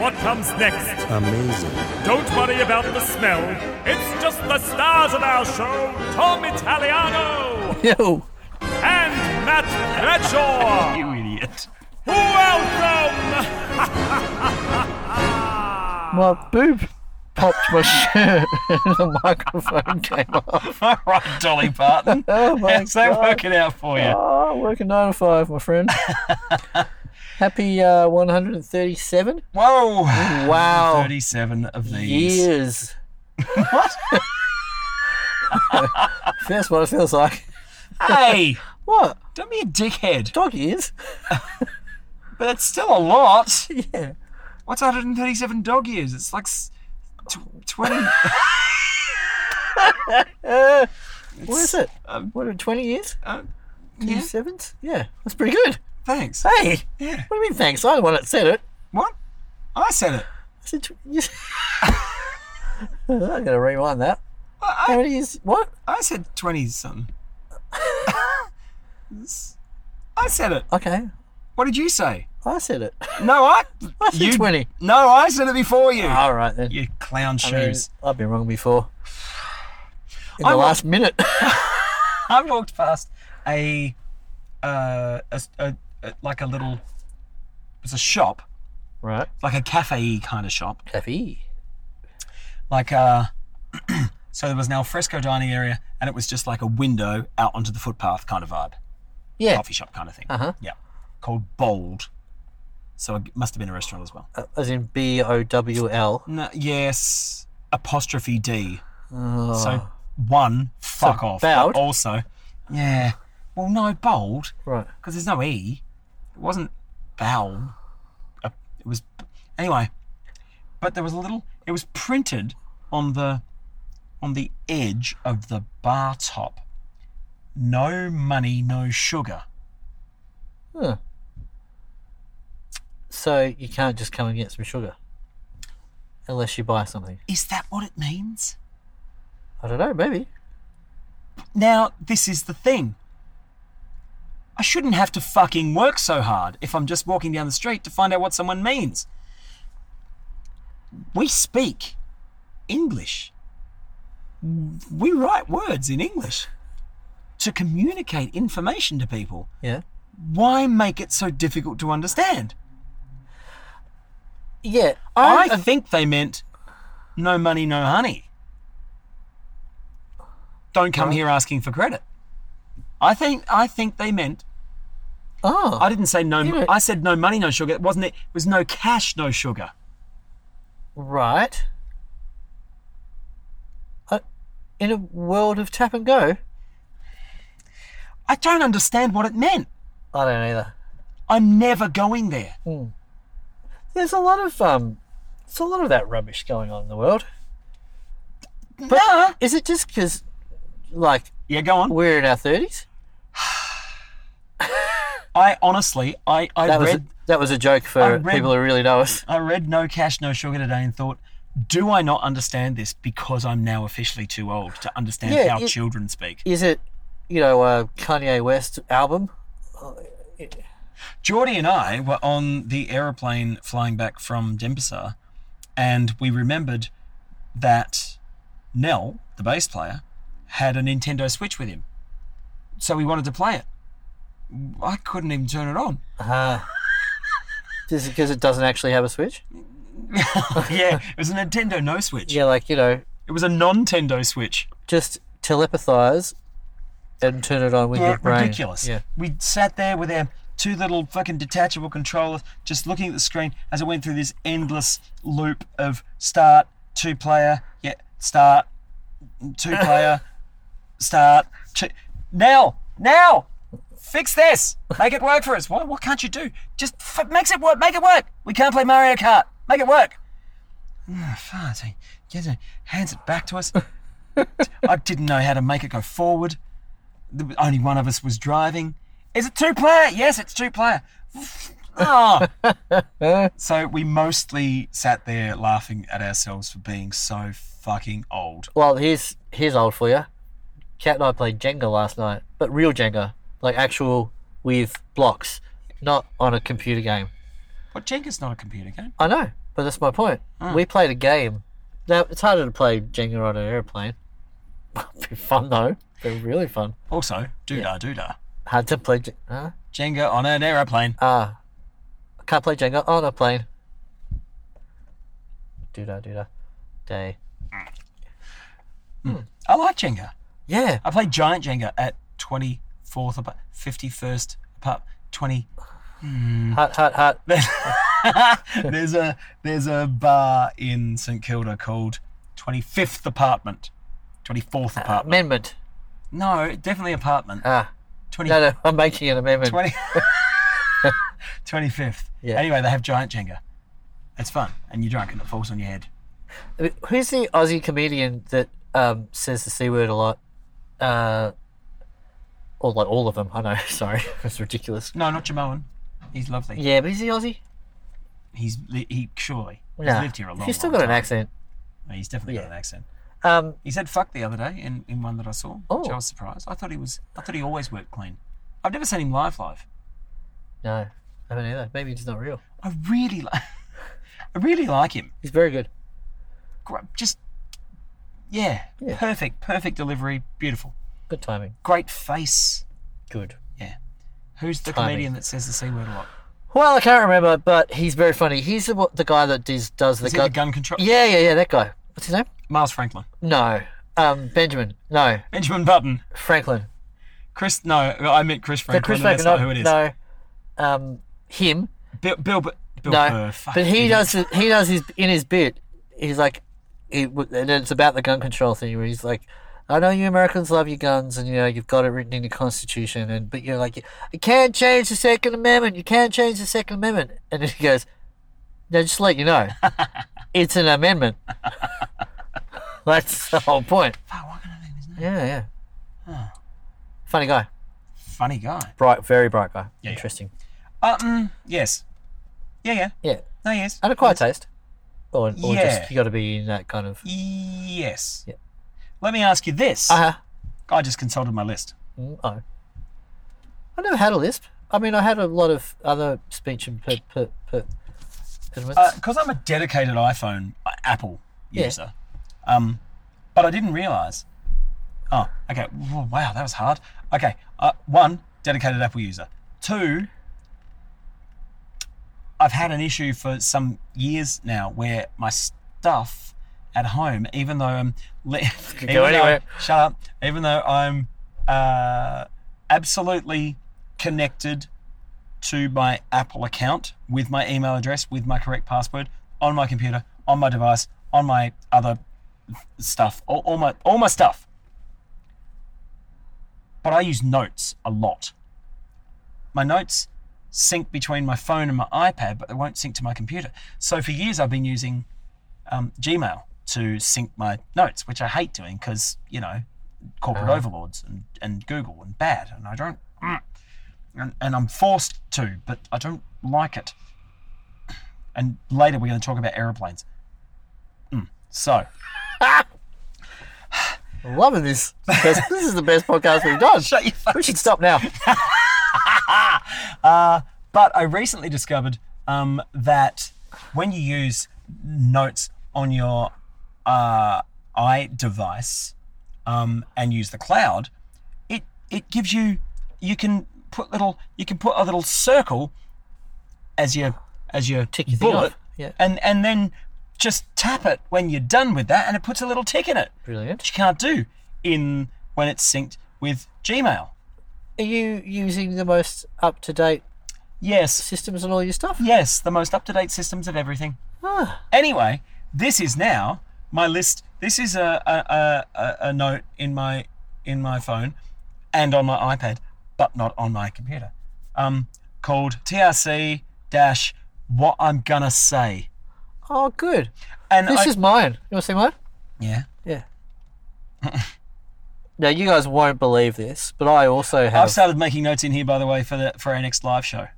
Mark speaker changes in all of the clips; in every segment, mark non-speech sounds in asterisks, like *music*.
Speaker 1: what comes next.
Speaker 2: Amazing.
Speaker 1: Don't worry about the smell. It's just the stars of our show, Tom Italiano
Speaker 3: Yo,
Speaker 1: and Matt Bradshaw.
Speaker 3: you idiot.
Speaker 1: Welcome!
Speaker 3: My boob popped my shirt and the microphone came off.
Speaker 4: *laughs* All right, Dolly Parton.
Speaker 3: *laughs* Oh my
Speaker 4: How's that
Speaker 3: God.
Speaker 4: working out for you?
Speaker 3: *laughs* Oh, working nine to five, my friend. *laughs* Happy uh, 137.
Speaker 4: Whoa! *laughs*
Speaker 3: Wow.
Speaker 4: 37 of these.
Speaker 3: Years. What? *laughs* That's what it feels like.
Speaker 4: Hey!
Speaker 3: What?
Speaker 4: Don't be a dickhead.
Speaker 3: Dog years?
Speaker 4: But that's still a lot.
Speaker 3: Yeah.
Speaker 4: What's 137 dog years? It's like s- tw- 20.
Speaker 3: What is it? what are 20 years?
Speaker 4: *laughs* uh,
Speaker 3: Two
Speaker 4: yeah.
Speaker 3: sevens? Yeah, that's pretty good.
Speaker 4: Thanks.
Speaker 3: Hey,
Speaker 4: Yeah.
Speaker 3: what do you mean thanks? I'm the one that said it.
Speaker 4: What? I said it.
Speaker 3: I said, tw- you- *laughs* I'm gonna rewind that. How many years? What?
Speaker 4: I said
Speaker 3: *laughs*
Speaker 4: 20 something. It's- I said it.
Speaker 3: Okay,
Speaker 4: What did you say?
Speaker 3: I said it.
Speaker 4: No, I.
Speaker 3: I said
Speaker 4: you,
Speaker 3: 20.
Speaker 4: No, I said it before you.
Speaker 3: *laughs* All right then.
Speaker 4: you clown
Speaker 3: I mean,
Speaker 4: shoes.
Speaker 3: I've been wrong before. In the
Speaker 4: I wa-
Speaker 3: last minute. *laughs*
Speaker 4: I walked past a, uh, a, a, a like a little, it was a shop,
Speaker 3: right.
Speaker 4: like a cafe kind of shop,
Speaker 3: Happy.
Speaker 4: like uh, *clears throat* so there was an alfresco dining area, and it was just like a window out onto the footpath kind of vibe,
Speaker 3: Yeah.
Speaker 4: coffee shop kind of thing.
Speaker 3: Uh-huh.
Speaker 4: Yeah, called Bold. So it must have been a restaurant as well.
Speaker 3: Uh, As in B O W L.
Speaker 4: No, yes, apostrophe D.
Speaker 3: Oh,
Speaker 4: So one, fuck off. but
Speaker 3: Bowd?
Speaker 4: Also, yeah. Well, no, Bold.
Speaker 3: right.
Speaker 4: because there's no e. It wasn't vowel. Uh, It was anyway. But there was a little. It was printed on the on the edge of the bar top. No money, no sugar.
Speaker 3: Huh. So you can't just come and get some sugar, unless you buy something.
Speaker 4: Is that what it means?
Speaker 3: I don't know. Maybe.
Speaker 4: Now this is the thing. I shouldn't have to fucking work so hard if I'm just walking down the street to find out what someone means. We speak English. We write words in English to communicate information to people.
Speaker 3: Yeah.
Speaker 4: Why make it so difficult to understand?
Speaker 3: Yeah.
Speaker 4: I,
Speaker 3: I uh,
Speaker 4: think they meant no money, no honey. Don't come here asking for credit. I think I think they meant
Speaker 3: oh.
Speaker 4: I didn't say no.
Speaker 3: You know-
Speaker 4: I said no money, no sugar. Wasn't it? It was no cash, no sugar.
Speaker 3: Right. I, in a world of tap and go,
Speaker 4: I don't understand what it meant.
Speaker 3: I don't either.
Speaker 4: I'm never going there.
Speaker 3: There's a lot of um, there's a lot of that rubbish going on in the world. But
Speaker 4: Nah.
Speaker 3: is it just because, like,
Speaker 4: Yeah, go on.
Speaker 3: we're in our thirties?
Speaker 4: I honestly, I I
Speaker 3: That was a,
Speaker 4: read
Speaker 3: that was a joke for
Speaker 4: I read-
Speaker 3: people who really know us.
Speaker 4: I read no cash, no sugar today, and thought, do I not understand this because I'm now officially too old to understand
Speaker 3: Yeah,
Speaker 4: how
Speaker 3: it-
Speaker 4: children speak?
Speaker 3: Is it, you know, uh, Kanye West album?
Speaker 4: Geordie and I were on the aeroplane flying back from Denpasar, and we remembered that Nell, the bass player, had a Nintendo Switch with him. So we wanted to play it. I couldn't even turn it on. Uh-huh.
Speaker 3: Uh, *laughs* is it because it doesn't actually have a switch?
Speaker 4: yeah, *laughs* it was a Nintendo No Switch.
Speaker 3: Yeah, like you know,
Speaker 4: It was a non-Tendo Switch.
Speaker 3: just telepathize and turn it on with
Speaker 4: Yeah,
Speaker 3: your brain.
Speaker 4: ridiculous.
Speaker 3: Yeah.
Speaker 4: We sat there with our two little fucking detachable controllers, just looking at the screen as it went through this endless loop of start, two player, yeah, start,
Speaker 3: *laughs*
Speaker 4: two player, start, two. Now, now, fix this. Make it work for us. What, what can't you do? Just f- makes it work. Make it work. We can't play Mario Kart. Make it work. Oh, fart. He gets it, hands it back to
Speaker 3: *laughs*
Speaker 4: us. I didn't know how to make it go forward. The, only one of us was driving. Is it two player? Yes, it's two player. *laughs* Oh. so we mostly sat there laughing at ourselves for being so fucking old.
Speaker 3: Well, here's here's old for you. Cat and I played Jenga last night, but real Jenga, like actual with blocks, not on a computer game.
Speaker 4: But Jenga's not a computer game.
Speaker 3: I know, but that's my point. We played a game. Now it's harder to play Jenga on an airplane. *laughs* It'd be fun though. It'd be really fun.
Speaker 4: Also, doodah doodah.
Speaker 3: Hard to play. Jen- huh?
Speaker 4: Jenga on an aeroplane.
Speaker 3: Ah, I can't play Jenga on a plane. Do da do da, day.
Speaker 4: I like Jenga.
Speaker 3: Yeah,
Speaker 4: I played giant Jenga at 24th, apa- 51st, apart 20.
Speaker 3: hot hot hot.
Speaker 4: there's a there's a bar in St Kilda called 25th Apartment, 24th Apartment.
Speaker 3: Amendment.
Speaker 4: no, definitely apartment.
Speaker 3: Ah,
Speaker 4: 20,
Speaker 3: no no, I'm making an amendment. *laughs*
Speaker 4: *laughs* 20 25th.
Speaker 3: Yeah.
Speaker 4: Anyway, they have giant Jenga. It's fun, and you're drunk, and it falls on your head.
Speaker 3: Who's the Aussie comedian that um, says the c word a lot? Uh, or like all of them. I know. *laughs* Sorry, it's ridiculous.
Speaker 4: No, not Jamoan. He's lovely.
Speaker 3: Yeah, but is he Aussie?
Speaker 4: He's li- he surely he's
Speaker 3: Nah.
Speaker 4: lived here a long.
Speaker 3: He's still
Speaker 4: long
Speaker 3: got an
Speaker 4: time.
Speaker 3: accent.
Speaker 4: He's definitely
Speaker 3: Yeah.
Speaker 4: got an accent.
Speaker 3: Um,
Speaker 4: He said "fuck" the other day in, in one that I saw, which
Speaker 3: Oh.
Speaker 4: I was surprised. I thought he was. I thought he always worked clean. I've never seen him live live.
Speaker 3: no, I haven't either. Maybe he's not real.
Speaker 4: I really like. *laughs* I really like him.
Speaker 3: He's very good.
Speaker 4: Gr- Just yeah,
Speaker 3: Yeah.
Speaker 4: perfect, perfect delivery, beautiful,
Speaker 3: Good timing.
Speaker 4: great face.
Speaker 3: Good.
Speaker 4: Yeah. Who's the
Speaker 3: Timing.
Speaker 4: comedian that says the c word a lot?
Speaker 3: Well, I can't remember, but he's very funny. He's the, what- the guy that does, does the
Speaker 4: Is it
Speaker 3: gun.
Speaker 4: the gun control?
Speaker 3: yeah, yeah, yeah. That guy. What's his name?
Speaker 4: Miles Franklin,
Speaker 3: No, um, Benjamin. No,
Speaker 4: Benjamin Button,
Speaker 3: Franklin.
Speaker 4: Chris. No, I meant Chris
Speaker 3: The
Speaker 4: Franklin.
Speaker 3: Chris
Speaker 4: and that's
Speaker 3: Franklin.
Speaker 4: not who it is.
Speaker 3: No, um, him.
Speaker 4: Bill. Bill. Bill
Speaker 3: no,
Speaker 4: Burr, fuck,
Speaker 3: but he
Speaker 4: idiot.
Speaker 3: does it- he does his in his bit. He's like, he, w- and it's about the gun control thing where he's like, I know you Americans love your guns, and you know you've got it written in the Constitution, and but you're like, you can't change the Second Amendment. You can't change the Second Amendment. And then he goes, no, just to let you know,
Speaker 4: *laughs*
Speaker 3: it's an amendment. That's the whole point.
Speaker 4: Fuck, why can't I think of his name?
Speaker 3: Yeah, yeah. Funny guy,
Speaker 4: Funny guy.
Speaker 3: bright, very bright guy.
Speaker 4: Yeah, yeah.
Speaker 3: Interesting.
Speaker 4: Uh, mm, yes. Yeah, yeah.
Speaker 3: Yeah,
Speaker 4: No, yes.
Speaker 3: and a quiet taste, or, or
Speaker 4: Yeah.
Speaker 3: just you got to be in that kind of.
Speaker 4: Yes.
Speaker 3: Yeah.
Speaker 4: Let me ask you this.
Speaker 3: Uh-huh.
Speaker 4: I just consulted my list.
Speaker 3: Mm, Oh. I never had a lisp. I mean, I had a lot of other speech and per, per, per, impediments.
Speaker 4: Because Uh, I'm a dedicated iPhone uh, Apple
Speaker 3: Yeah.
Speaker 4: user. Um, but I didn't realize. Oh, okay. Whoa, Wow, that was hard. Okay. Uh, one, dedicated Apple user. Two, I've had an issue for some years now where my stuff at home, even though I'm le- *laughs* even
Speaker 3: go anywhere.
Speaker 4: Though, shut up. Even though I'm uh, absolutely connected to my Apple account with my email address, with my correct password, on my computer, on my device, on my other stuff, all, all my all my stuff. But I use notes a lot. My notes sync between my phone and my iPad, but they won't sync to my computer. So for years, I've been using um, Gmail to sync my notes, which I hate doing because you know corporate overlords and, and Google and bad, and I don't. Mm. and, and I'm forced to, but I don't like it. And later we're going to talk about aeroplanes. Mm. So
Speaker 3: I'm loving this. This this is the best podcast we've done.
Speaker 4: *laughs* shut your
Speaker 3: We should stop now.
Speaker 4: But I recently discovered um, that when you use notes on your uh, iDevice um, and use the cloud, it it gives you you can put little you can put a little circle as your as your
Speaker 3: Tick your thing
Speaker 4: bullet,
Speaker 3: off, yeah.
Speaker 4: and and then just tap it when you're done with that, and it puts a little tick in it,
Speaker 3: Brilliant.
Speaker 4: which you can't do in when it's synced with Gmail.
Speaker 3: Are you using the most up to date
Speaker 4: Yes,
Speaker 3: systems and all your stuff?
Speaker 4: Yes, the most up to date systems of everything.
Speaker 3: Ah.
Speaker 4: Anyway, this is now my list. This is a, a, a, a- a note in my in my phone and on my iPad, but not on my computer. Um, called TRC dash what I'm gonna say.
Speaker 3: Oh, good.
Speaker 4: And
Speaker 3: This
Speaker 4: I,
Speaker 3: is mine. You want to see mine?
Speaker 4: yeah. *laughs*
Speaker 3: Yeah. now you guys won't believe this, but I also
Speaker 4: I've
Speaker 3: have.
Speaker 4: started making notes in here, by the way, for the for our next live show.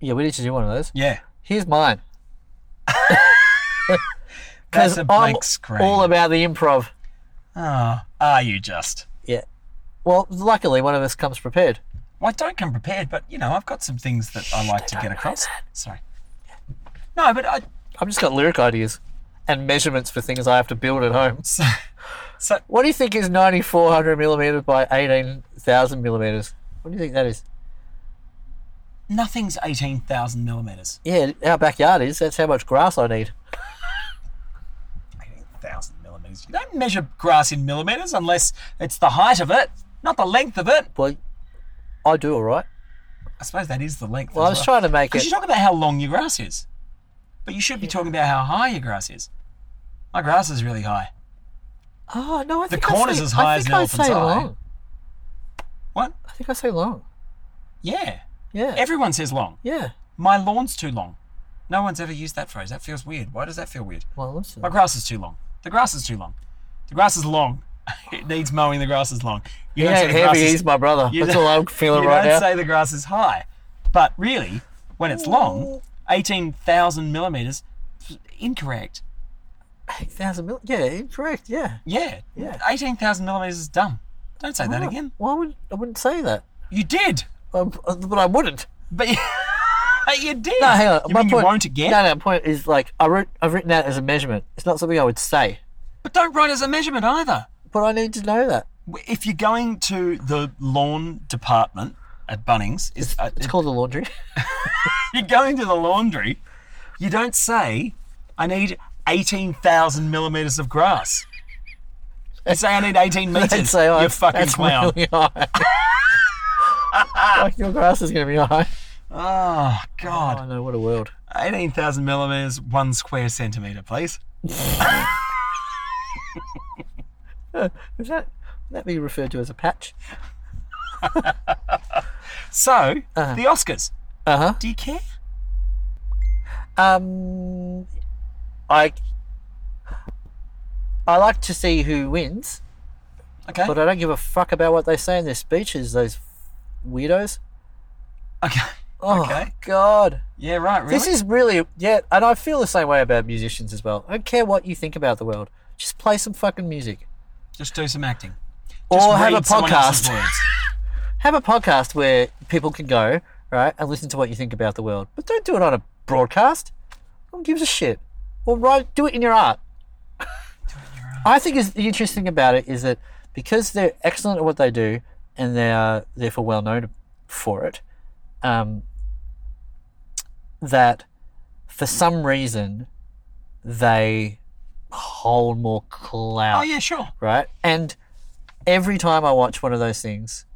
Speaker 3: yeah, we need to do one of those.
Speaker 4: Yeah,
Speaker 3: Here's mine.
Speaker 4: *laughs* that's a blank
Speaker 3: I'm
Speaker 4: screen.
Speaker 3: all about the improv.
Speaker 4: oh, are you just?
Speaker 3: Yeah. Well, luckily one of us comes prepared.
Speaker 4: Well, I don't come prepared, but you know, I've got some things that I like to get across. Sorry. No, but I. *laughs*
Speaker 3: I've just got lyric ideas and measurements for things I have to build at home.
Speaker 4: So, so
Speaker 3: What do you think is 9,400 millimeters by 18,000 millimeters? What do you think that is?
Speaker 4: nothing's eighteen thousand millimeters.
Speaker 3: Yeah, our backyard is. That's how much grass I need.
Speaker 4: Eighteen thousand millimeters. You don't measure grass in millimeters unless it's the height of it, not the length of it.
Speaker 3: Well, I do all right.
Speaker 4: I suppose that is the length.
Speaker 3: Well, I was trying to make
Speaker 4: Because
Speaker 3: it.
Speaker 4: you talk about how long your grass is, but you should be talking about how high your grass is. My grass is really high.
Speaker 3: Oh, no, I
Speaker 4: The
Speaker 3: think
Speaker 4: corner's
Speaker 3: I say,
Speaker 4: as high
Speaker 3: I
Speaker 4: as
Speaker 3: think
Speaker 4: an
Speaker 3: I
Speaker 4: elephant's
Speaker 3: say
Speaker 4: eye.
Speaker 3: long.
Speaker 4: What?
Speaker 3: I think I say long.
Speaker 4: Yeah.
Speaker 3: Yeah.
Speaker 4: Everyone says long.
Speaker 3: yeah.
Speaker 4: My lawn's too long. No one's ever used that phrase. That feels weird. Why does that feel weird?
Speaker 3: Well, listen.
Speaker 4: My grass is too long. The grass is too long. The grass is long. *laughs* it needs mowing. The grass is long. You
Speaker 3: He
Speaker 4: don't say
Speaker 3: ain't
Speaker 4: the grass
Speaker 3: heavy,
Speaker 4: is-
Speaker 3: he's my brother.
Speaker 4: you
Speaker 3: That's
Speaker 4: don't-
Speaker 3: all I'm feeling
Speaker 4: you
Speaker 3: right now.
Speaker 4: don't say the grass is high, but really, when it's long, eighteen thousand millimeters, incorrect.
Speaker 3: 8,000 mil. Yeah, incorrect. Yeah.
Speaker 4: Yeah,
Speaker 3: Yeah. Ah.
Speaker 4: eighteen thousand millimeters is dumb. Don't say that again.
Speaker 3: Why would I wouldn't say that?
Speaker 4: You did,
Speaker 3: Um, uh, but I wouldn't.
Speaker 4: but *laughs* you did.
Speaker 3: No, hang on.
Speaker 4: You
Speaker 3: my
Speaker 4: mean
Speaker 3: point,
Speaker 4: you won't again?
Speaker 3: No, no. my Point is like I wrote, I've written that as a measurement. It's not something I would say,
Speaker 4: But don't write as a measurement either.
Speaker 3: but I need to know that.
Speaker 4: If you're going to the lawn department at Bunnings, is uh,
Speaker 3: It's called the *laughs* laundry.
Speaker 4: you're going to the laundry, you don't say, I need 18,000 millimetres of grass. You say, I
Speaker 3: *laughs*
Speaker 4: need 18
Speaker 3: I'd
Speaker 4: metres.
Speaker 3: say
Speaker 4: you
Speaker 3: oh,
Speaker 4: fucking
Speaker 3: that's
Speaker 4: clown.
Speaker 3: really high. *laughs* like your grass is going to be high.
Speaker 4: Oh,
Speaker 3: Oh,
Speaker 4: God.
Speaker 3: I know what a world.
Speaker 4: 18,000 millimetres, one square centimetre, please.
Speaker 3: Is that would that be referred to as a patch?
Speaker 4: So,
Speaker 3: Uh-huh.
Speaker 4: the Oscars.
Speaker 3: Uh huh.
Speaker 4: Do you care?
Speaker 3: Um, I I like to see who wins,
Speaker 4: Okay.
Speaker 3: but uh, I don't give a fuck about what they say in their speeches. Those weirdos.
Speaker 4: Okay.
Speaker 3: Oh
Speaker 4: Okay.
Speaker 3: God,
Speaker 4: Yeah, right, really?
Speaker 3: this is really yeah, and I feel the same way about musicians as well. I don't care what you think about the world. Just play some fucking music,
Speaker 4: Just do some acting. Just
Speaker 3: or have a
Speaker 4: read someone else's
Speaker 3: podcast. *laughs*
Speaker 4: words.
Speaker 3: Have a podcast where people can go right and listen to what you think about the world, but don't do it on a broadcast. Who gives a shit? Or write, do it in your art. I think is the interesting about it is that because they're excellent at what they do and they are therefore well known for it, um, that for some reason they hold more clout
Speaker 4: Oh, yeah, sure.
Speaker 3: right? And every time I watch one of those things,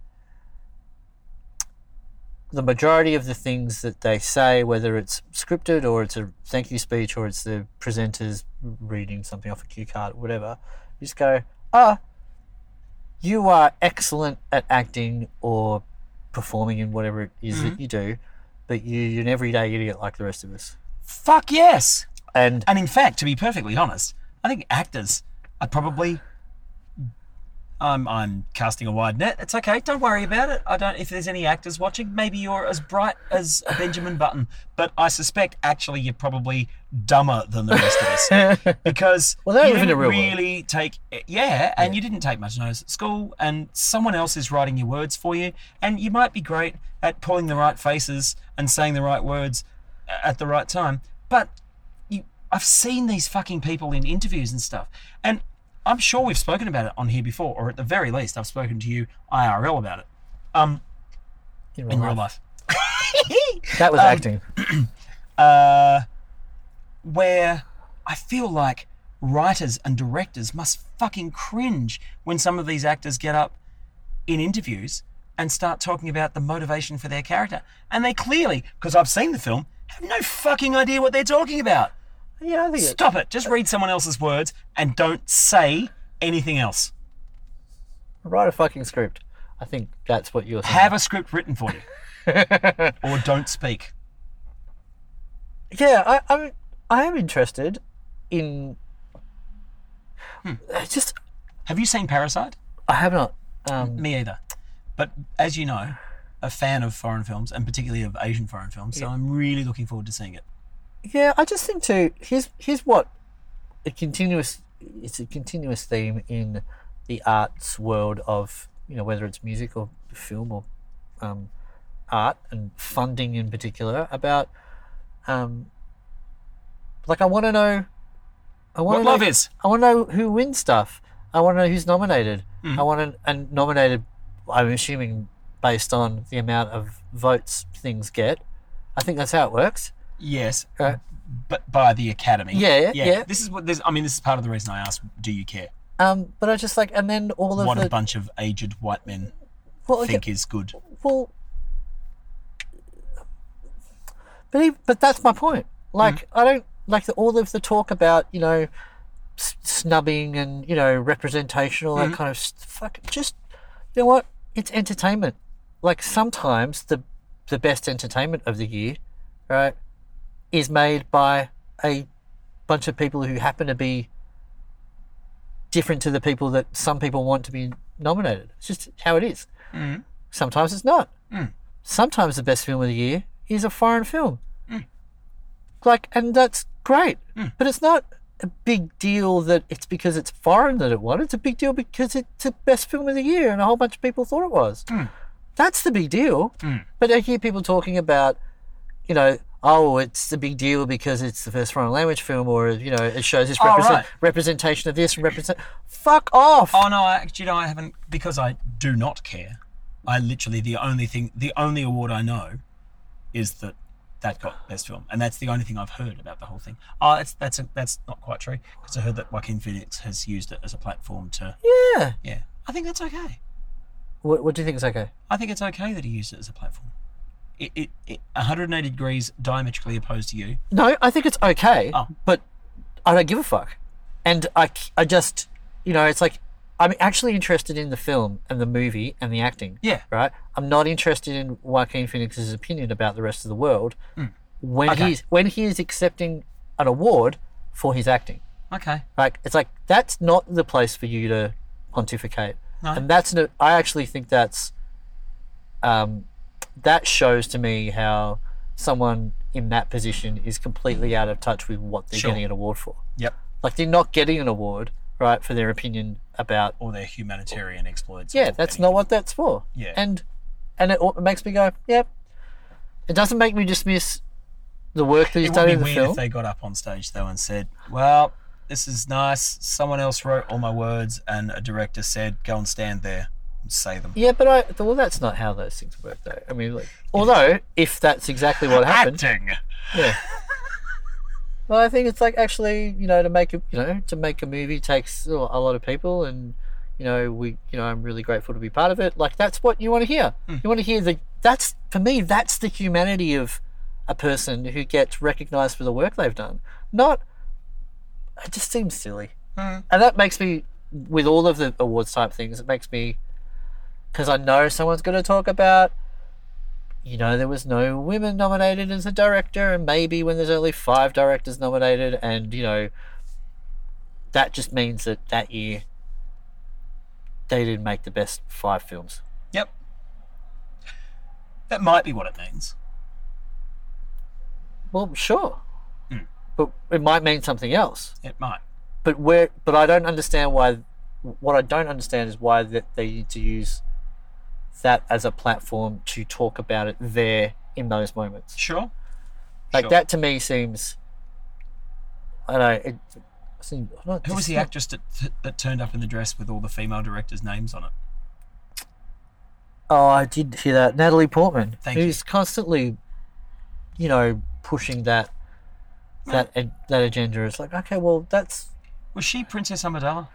Speaker 3: the majority of the things that they say, whether it's scripted or it's a thank you speech or it's the presenters reading something off a cue card, whatever, you just go, ah, you are excellent at acting or performing in whatever it is that you do, but you, you're an everyday idiot like the rest of us.
Speaker 4: Fuck yes.
Speaker 3: And
Speaker 4: And in fact, to be perfectly honest, I think actors are probably. I'm I'm casting a wide net. It's okay. Don't worry about it. I don't. If there's any actors watching, maybe you're as bright as a Benjamin Button, but I suspect actually you're probably dumber than the rest of us because
Speaker 3: Well, they're
Speaker 4: you
Speaker 3: living in
Speaker 4: didn't
Speaker 3: the real world.
Speaker 4: really take yeah, and you didn't take much notice at school, and someone else is writing your words for you, and you might be great at pulling the right faces and saying the right words uh, at the right time, but you, I've seen these fucking people in interviews and stuff, and I'm sure we've spoken about it on here before, or at the very least, I've spoken to you IRL about it um,
Speaker 3: *laughs* in
Speaker 4: in
Speaker 3: real Um,
Speaker 4: real
Speaker 3: life,
Speaker 4: life,
Speaker 3: that was acting.
Speaker 4: uh, where I feel like writers and directors must fucking cringe when some of these actors get up in interviews and start talking about the motivation for their character, and they clearly, because I've seen the film, have no fucking idea what they're talking about.
Speaker 3: Yeah, I think it,
Speaker 4: Stop it. Just read someone else's words and don't say anything else.
Speaker 3: write a fucking script. I think that's what you're saying.
Speaker 4: Have a script written for you. or don't speak.
Speaker 3: Yeah, I, I, mean, I am interested in I just
Speaker 4: Have you seen Parasite?
Speaker 3: I have not. Um,
Speaker 4: Me either. But as you know, a fan of foreign films and particularly of Asian foreign films, so I'm really looking forward to seeing it.
Speaker 3: yeah, I just think too. Here's here's what a continuous it's a continuous theme in the arts world of you know whether it's music or film or um, art and funding in particular about um, like I want to know I want
Speaker 4: What
Speaker 3: to know,
Speaker 4: love is.
Speaker 3: I want to know who wins stuff I want to know who's nominated
Speaker 4: Mm-hmm.
Speaker 3: I want to and nominated I'm assuming based on the amount of votes things get I think that's how it works Uh,
Speaker 4: Yes.
Speaker 3: Right.
Speaker 4: Uh, But by the Academy.
Speaker 3: Yeah, yeah, yeah.
Speaker 4: This is what this I mean, this is part of the reason I asked, do you care?
Speaker 3: Um, but I just like, and then all of
Speaker 4: What
Speaker 3: the
Speaker 4: a bunch of aged white men
Speaker 3: well, okay,
Speaker 4: think is good.
Speaker 3: well, but he, but that's my point.
Speaker 4: Mm-hmm.
Speaker 3: Like, I don't like the, all of the talk about you know s- snubbing and you know representation, all
Speaker 4: Mm-hmm.
Speaker 3: that kind of st- fuck. Just you know what? It's entertainment. Like sometimes the the best entertainment of the year, right, is made by a bunch of people who happen to be different to the people that some people want to be nominated. It's just how it is.
Speaker 4: Mm.
Speaker 3: Sometimes it's not. Sometimes the best film of the year is a foreign film.
Speaker 4: Mm.
Speaker 3: Like, and that's great, but it's not a big deal that it's because it's foreign that it won. It's a big deal because it's the best film of the year, and a whole bunch of people thought it was.
Speaker 4: Mm.
Speaker 3: That's the big deal. But I hear people talking about, you know, oh, it's a big deal because it's the first foreign language film, or you know, it shows this
Speaker 4: Oh,
Speaker 3: represent-
Speaker 4: right.
Speaker 3: representation of this and represent. Fuck off.
Speaker 4: Oh no, I actually no, I haven't because I do not care. I literally the only thing, the only award I know, is that that got best film, and that's the only thing I've heard about the whole thing. Oh, that's that's a, that's not quite true because I heard that Joaquin Phoenix has used it as a platform to.
Speaker 3: Yeah.
Speaker 4: Yeah, I think that's okay.
Speaker 3: What, what do you think is okay?
Speaker 4: I think it's okay that he used it as a platform. It, it, it 180 degrees diametrically opposed to you.
Speaker 3: No, I think it's okay,
Speaker 4: Oh.
Speaker 3: but I don't give a fuck. And I, c- I just, you know, it's like I'm actually interested in the film and the movie and the acting.
Speaker 4: Yeah.
Speaker 3: Right? I'm not interested in Joaquin Phoenix's opinion about the rest of the world when
Speaker 4: Hmm. Okay.
Speaker 3: he's when he is accepting an award for his acting.
Speaker 4: Okay.
Speaker 3: Like it's like that's not the place for you to pontificate.
Speaker 4: No.
Speaker 3: And that's no, I actually think that's um, that shows to me how someone in that position is completely out of touch with what they're
Speaker 4: Sure.
Speaker 3: getting an award for.
Speaker 4: Yep.
Speaker 3: Like they're not getting an award, right, for their opinion about
Speaker 4: Or their humanitarian exploits.
Speaker 3: yeah,
Speaker 4: or
Speaker 3: that's
Speaker 4: anything.
Speaker 3: not what that's for.
Speaker 4: Yeah.
Speaker 3: And and it, al- it makes me go, yep. It doesn't make me dismiss the work that he's
Speaker 4: It would
Speaker 3: done
Speaker 4: be
Speaker 3: in the
Speaker 4: weird
Speaker 3: film.
Speaker 4: if they got up on stage though and said, "Well, this is nice. Someone else wrote all my words, and a director said, go and stand there and say them.'"
Speaker 3: Yeah, but I well, that's not how those things work, though. I mean, like, although if that's exactly what happened,
Speaker 4: Acting.
Speaker 3: yeah. Well, I think it's like actually, you know, to make a you know to make a movie takes a lo- a lot of people, and you know we you know I'm really grateful to be part of it. Like that's what you want to hear. You want to hear the that's for me that's the humanity of a person who gets recognised for the work they've done. Not, it just seems silly, and that makes me with all of the awards type things. It makes me because I know someone's going to talk about you know, there was no women nominated as a director, and maybe when there's only five directors nominated, and you know, that just means that that year they didn't make the best five films.
Speaker 4: Yep. That might be what it means.
Speaker 3: Well, sure, but it might mean something else.
Speaker 4: It might.
Speaker 3: But where, but I don't understand why. What I don't understand is why that they need to use that as a platform to talk about it there in those moments.
Speaker 4: Sure.
Speaker 3: Like
Speaker 4: Sure.
Speaker 3: that to me seems. I don't know. It, seems, not
Speaker 4: Who was the
Speaker 3: dis-
Speaker 4: actress that, that turned up in the dress with all the female directors' names on it?
Speaker 3: Oh, I did hear that. Natalie Portman,
Speaker 4: Thank
Speaker 3: who's constantly, you know, pushing that that ag- that agenda. It's like, okay, well, that's
Speaker 4: Was she Princess Amidala?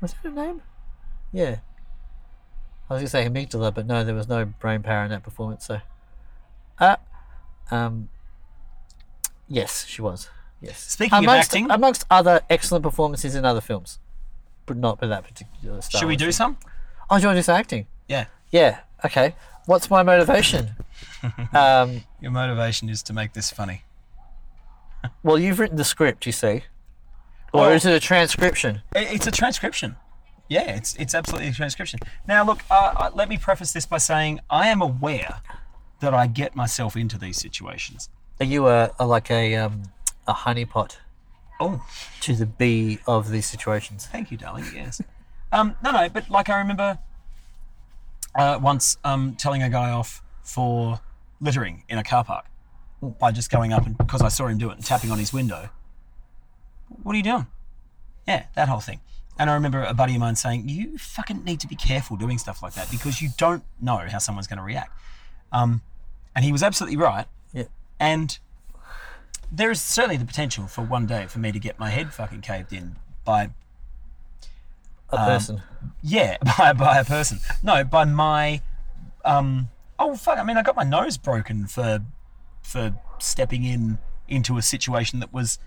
Speaker 3: was that her name? Yeah. I was gonna say amygdala, but no, there was no brain power in that performance. So, uh, um, yes, she was. Yes.
Speaker 4: Speaking of
Speaker 3: amongst,
Speaker 4: acting-
Speaker 3: amongst other excellent performances in other films, but not with that particular. Star
Speaker 4: Should we
Speaker 3: Wars
Speaker 4: do
Speaker 3: film.
Speaker 4: some?
Speaker 3: Oh, do you want to do some acting?
Speaker 4: Yeah.
Speaker 3: Yeah. Okay. What's
Speaker 4: *laughs*
Speaker 3: my motivation? um,
Speaker 4: Your motivation is to make this funny.
Speaker 3: Well, you've written the script, you see. Or
Speaker 4: Well-
Speaker 3: is it a transcription?
Speaker 4: It- It's a transcription. Yeah, it's it's absolutely a transcription. Now, look, uh, uh, let me preface this by saying I am aware that I get myself into these situations.
Speaker 3: Are you a, a like a um, a honeypot
Speaker 4: Oh,
Speaker 3: to the bee of these situations?
Speaker 4: thank you, darling. Yes. Um, no, no, but like I remember uh, once um, telling a guy off for littering in a car park by just going up and because I saw him do it and tapping on his window. What are you doing? Yeah, that whole thing. And I remember a buddy of mine saying, "You fucking need to be careful doing stuff like that because you don't know how someone's going to react." Um, and he was absolutely right.
Speaker 3: Yeah.
Speaker 4: And there is certainly the potential for one day for me to get my head fucking caved in by
Speaker 3: A
Speaker 4: Um,
Speaker 3: person.
Speaker 4: yeah, *laughs* by by a person. No, by my um oh fuck, I mean I got my nose broken for for stepping in into a situation that was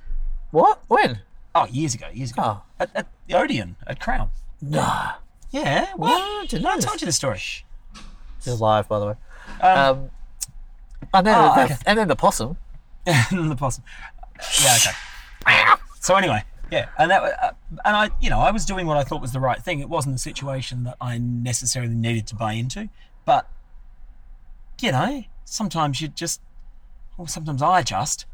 Speaker 3: What? When?
Speaker 4: oh years ago, years ago.
Speaker 3: Oh.
Speaker 4: At, at the Odeon at Crown.
Speaker 3: Nah.
Speaker 4: Yeah,
Speaker 3: I
Speaker 4: well,
Speaker 3: didn't know
Speaker 4: I
Speaker 3: this.
Speaker 4: told you the story.
Speaker 3: This is live, by the way. Um, and then
Speaker 4: oh,
Speaker 3: the,
Speaker 4: okay.
Speaker 3: and then the possum.
Speaker 4: the possum. Yeah, okay. so anyway, yeah, and that wa- uh, and I, you know, I was doing what I thought was the right thing. It wasn't a situation that I necessarily needed to buy into, but you know, sometimes you just, or sometimes I just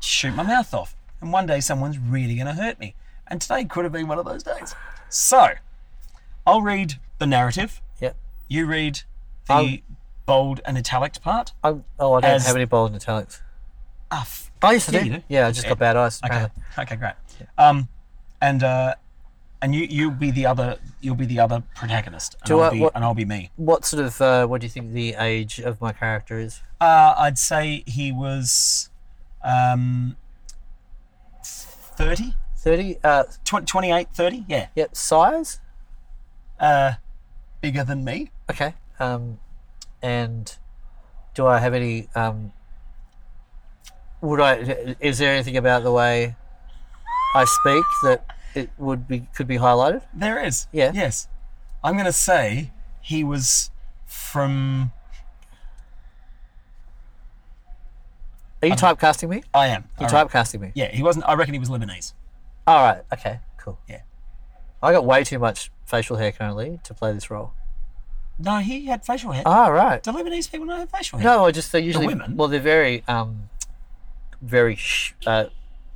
Speaker 4: shoot my mouth off, and one day someone's really going to hurt me, and today could have been one of those days. So, I'll read the narrative.
Speaker 3: Yep.
Speaker 4: You read the
Speaker 3: I'll-
Speaker 4: bold and italic part.
Speaker 3: I'm, oh, I don't
Speaker 4: As-
Speaker 3: have any bold italics.
Speaker 4: Ah, f-
Speaker 3: I used to
Speaker 4: Yeah,
Speaker 3: do.
Speaker 4: you do.
Speaker 3: Yeah, I just got bad eyes.
Speaker 4: Okay.
Speaker 3: apparently.
Speaker 4: Okay, great. Um, and uh, and you you'll be the other you'll be the other protagonist, and,
Speaker 3: Do
Speaker 4: I'll,
Speaker 3: I-
Speaker 4: be,
Speaker 3: what-
Speaker 4: and I'll be me.
Speaker 3: What sort of uh, what do you think the age of my character is?
Speaker 4: Uh, I'd say he was um, 30,
Speaker 3: Thirty. Uh,
Speaker 4: tw- 28, 30? Yeah.
Speaker 3: yeah, size.
Speaker 4: Uh, bigger than me.
Speaker 3: Okay. Um, and do I have any? Um, would I? Is there anything about the way I speak that it would be could be highlighted?
Speaker 4: There is.
Speaker 3: Yeah.
Speaker 4: Yes. I'm gonna say he was from.
Speaker 3: Are you typecasting me?
Speaker 4: I am.
Speaker 3: You're
Speaker 4: All right.
Speaker 3: typecasting me.
Speaker 4: Yeah, he wasn't. I reckon he was Lebanese.
Speaker 3: All right. Okay. Cool.
Speaker 4: Yeah.
Speaker 3: I got way too much facial hair currently to play this role.
Speaker 4: No, he had facial hair.
Speaker 3: All right.
Speaker 4: Do Lebanese people not have facial hair?
Speaker 3: Oh. No, I just they usually
Speaker 4: Ah, women?
Speaker 3: well they're very um very sh- uh,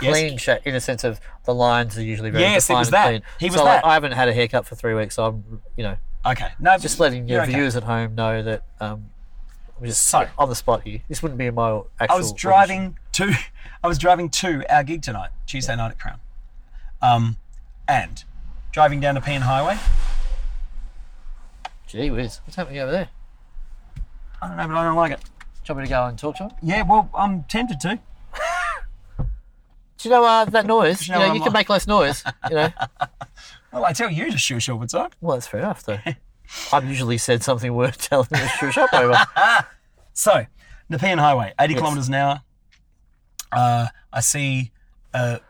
Speaker 4: Yes.
Speaker 3: clean sh in a sense of the lines are usually very
Speaker 4: Yes, it
Speaker 3: defined
Speaker 4: was
Speaker 3: and
Speaker 4: that.
Speaker 3: clean.
Speaker 4: He was
Speaker 3: so like,
Speaker 4: that.
Speaker 3: I haven't had a haircut for three weeks, so I'm you know
Speaker 4: Okay. No.
Speaker 3: just letting your
Speaker 4: you're okay.
Speaker 3: viewers at home know that um I'm just
Speaker 4: So-
Speaker 3: on the spot here. This wouldn't be in my actual.
Speaker 4: I was driving to *laughs* I was driving to our gig tonight, Tuesday night at Crown. Um, and driving down to Penn Highway.
Speaker 3: audition. Gee whiz, what's happening over there?
Speaker 4: I don't know, but I don't like it.
Speaker 3: Do you want me to go and talk to him?
Speaker 4: Yeah, well, I'm tempted to.
Speaker 3: Do you know uh, that noise?
Speaker 4: you
Speaker 3: You
Speaker 4: know
Speaker 3: know,
Speaker 4: what
Speaker 3: you,
Speaker 4: I'm
Speaker 3: can
Speaker 4: like?
Speaker 3: make less noise. You
Speaker 4: *laughs*
Speaker 3: know.
Speaker 4: Well, I tell you to shush all the time.
Speaker 3: well, that's fair enough
Speaker 4: *laughs*
Speaker 3: though. I've usually said something worth telling the shush up
Speaker 4: *laughs*
Speaker 3: over.
Speaker 4: So, Nepean Highway, 80
Speaker 3: Yes.
Speaker 4: kilometres an hour. Uh, I see a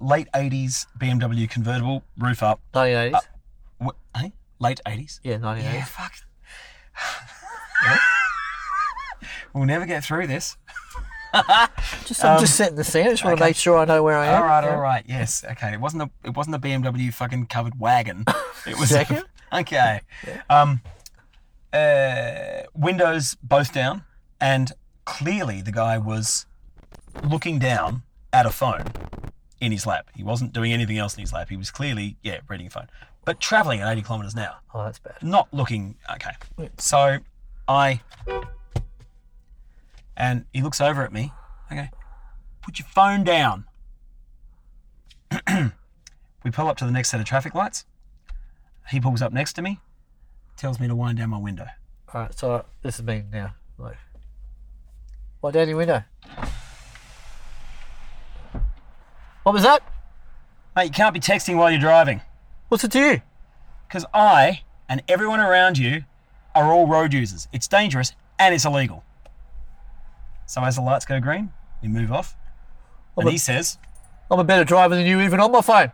Speaker 4: late 80s BMW convertible, roof up.
Speaker 3: 1980s.
Speaker 4: What, eh? Late 80s?
Speaker 3: yeah, 1980s.
Speaker 4: Uh, Yeah, fuck. *laughs* We'll never get through this.
Speaker 3: Just,
Speaker 4: Um,
Speaker 3: I'm just setting the scene. I just want to make sure I know where I am.
Speaker 4: All right, all right. Yes. Okay. It wasn't a it wasn't a BMW fucking covered wagon. It was
Speaker 3: Second?
Speaker 4: *laughs* okay. Um, uh, windows both down, and clearly the guy was looking down at a phone in his lap. He wasn't doing anything else in his lap. He was clearly yeah reading a phone, but traveling at eighty kilometers an hour
Speaker 3: Oh, that's bad.
Speaker 4: not looking okay. So I and he looks over at me. Okay, put your phone down. *clears throat* we pull up to the next set of traffic lights. He pulls up next to me, tells me to wind down my window.
Speaker 3: All right, so this is me now. Like, what, Danny Window? What was that?
Speaker 4: Mate, you can't be texting while you're driving
Speaker 3: What's it to you?
Speaker 4: because I and everyone around you are all road users. It's dangerous and it's illegal. So as the lights go green, we move off. And
Speaker 3: but-
Speaker 4: he says,
Speaker 3: I'm a better driver than you, even on my phone.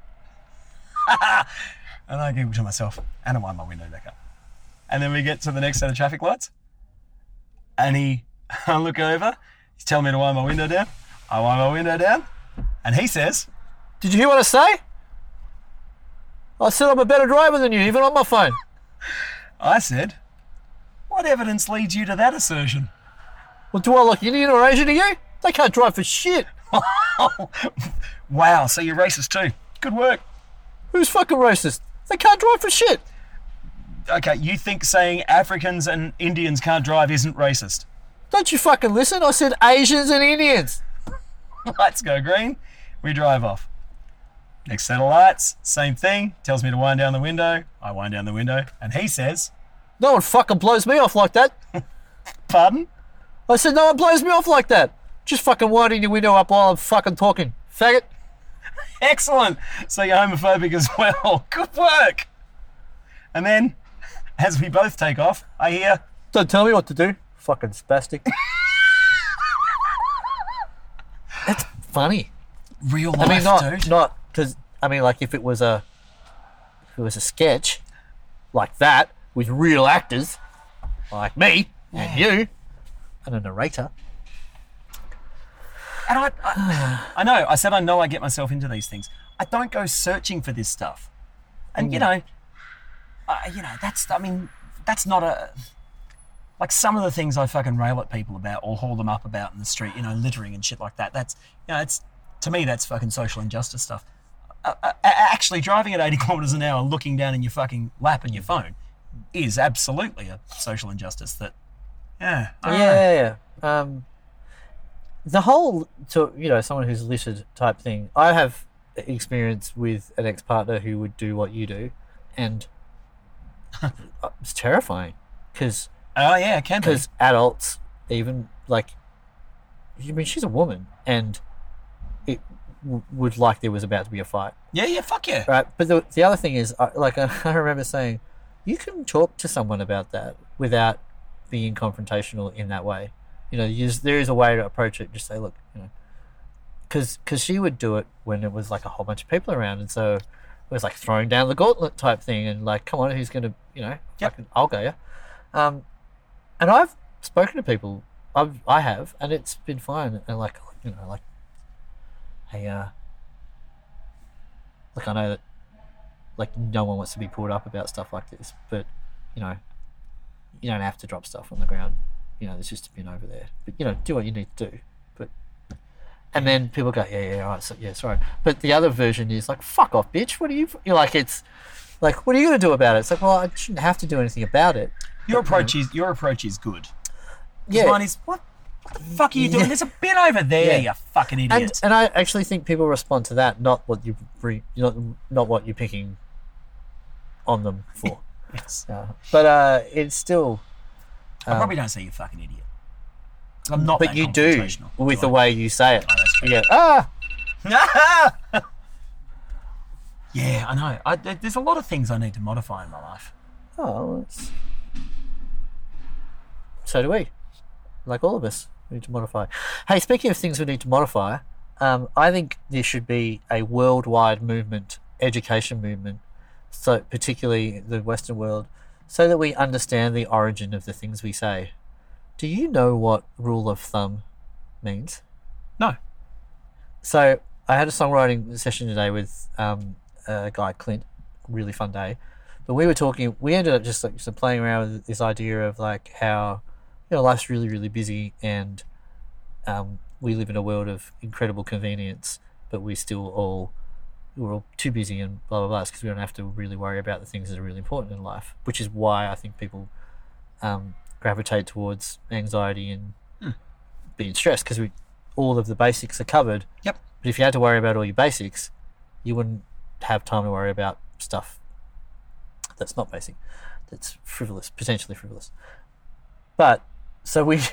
Speaker 4: And I giggle to myself and I wind my window back up. And then we get to the next set of traffic *laughs* lights. And he, I look over, he's telling me to wind my window down. I want my window down. And he says,
Speaker 3: Did you hear what I say? I said I'm a better driver than you, even on my phone.
Speaker 4: I said, What evidence leads you to that assertion?
Speaker 3: Well, do I look Indian or Asian to you? They can't drive for shit.
Speaker 4: Wow, so you're racist too. Good work.
Speaker 3: Who's fucking racist? They can't drive for shit.
Speaker 4: Okay, you think saying Africans and Indians can't drive isn't racist? *laughs*
Speaker 3: Don't you fucking listen? I said Asians and Indians.
Speaker 4: Lights go green. We drive off. Next set of lights, same thing. Tells me to wind down the window. I wind down the window, and he says,
Speaker 3: No one fucking blows me off like that.
Speaker 4: "Pardon."
Speaker 3: I said no one blows me off like that. Just fucking winding your window up while I'm fucking talking, faggot.
Speaker 4: *laughs* Excellent. So you're homophobic as well. *laughs* Good work. And then, as we both take off, I hear,
Speaker 3: Don't tell me what to do. Fucking spastic. That's funny.
Speaker 4: "Real
Speaker 3: I
Speaker 4: life,
Speaker 3: mean, not
Speaker 4: dude."
Speaker 3: not because I mean, like if it was a if it was a sketch like that with real actors like me and you and a narrator.
Speaker 4: And I, I, I know, I said I know I get myself into these things. I don't go searching for this stuff. And, you know, I, you know, that's, I mean, that's not a, like some of the things I fucking rail at people about or haul them up about in the street, you know, littering and shit like that. That's, you know, it's, to me, that's fucking social injustice stuff. Uh, uh, actually, driving at 80 kilometres an hour, looking down in your fucking lap and your phone is absolutely a social injustice that, yeah. I don't know.
Speaker 3: yeah, yeah. Um, the whole, to, you know, someone who's littered type thing. I have experience with an ex-partner who would do what you do, *laughs* and it's terrifying because
Speaker 4: Oh, yeah, it can be.
Speaker 3: because adults even like, I mean, she's a woman, and it w- would like there was about to be a fight.
Speaker 4: Yeah, yeah, fuck yeah.
Speaker 3: *laughs* Right, but the, the other thing is, I, like *laughs* I, remember saying, you can talk to someone about that without being confrontational in that way. You know, you just, there is a way to approach it. Just say, look, you know, because she would do it when it was like a whole bunch of people around, and so it was like throwing down the gauntlet type thing, and like, come on, who's gonna, you know,
Speaker 4: Yep.
Speaker 3: fucking, I'll go, yeah. Um, and I've spoken to people, I've I have, and it's been fine. And like, you know, like, hey, uh, look, I know that like no one wants to be pulled up about stuff like this, but you know, you don't have to drop stuff on the ground. You know, there's just a bin over there. But you know, do what you need to do. But and then people go, yeah, yeah, all right, so, yeah, sorry. But the other version is like, fuck off, bitch. What are you? You're like, it's like, what are you gonna do about it? It's like, well, I shouldn't have to do anything about it. *laughs*
Speaker 4: Your approach is your approach is good.
Speaker 3: Yeah.
Speaker 4: Mine is what? What the fuck are you doing?
Speaker 3: Yeah.
Speaker 4: There's a bin over there,
Speaker 3: Yeah.
Speaker 4: you fucking idiot.
Speaker 3: and uh, and I actually think people respond to that, not what you re, not not what you're picking on them for.
Speaker 4: Yes.
Speaker 3: Uh, but uh, it's still.
Speaker 4: I probably don't say you fucking idiot. I'm not.
Speaker 3: um, But
Speaker 4: that
Speaker 3: you do
Speaker 4: confrontational,
Speaker 3: with
Speaker 4: do
Speaker 3: the way you say it.
Speaker 4: that's true.
Speaker 3: You go, ah,
Speaker 4: I? yeah, I know. I, there- there's a lot of things I need to modify in my life.
Speaker 3: oh, it's... so do we. Like all of us, we need to modify. Hey, speaking of things we need to modify, um, I think there should be a worldwide movement, education movement, so particularly the Western world, so that we understand the origin of the things we say. Do you know what rule of thumb means?
Speaker 4: No.
Speaker 3: So I had a songwriting session today with um, a guy, Clint. Really fun day. But we were talking. We ended up just like sort of playing around with this idea of like how you know life's really really busy and um, we live in a world of incredible convenience, but we still all we're all too busy and blah blah blah because we don't have to really worry about the things that are really important in life, which is why I think people um, gravitate towards anxiety and being stressed because we all of the basics are covered.
Speaker 4: Yep.
Speaker 3: But if you had to worry about all your basics, you wouldn't have time to worry about stuff that's not basic, that's frivolous, potentially frivolous. But so we, *laughs*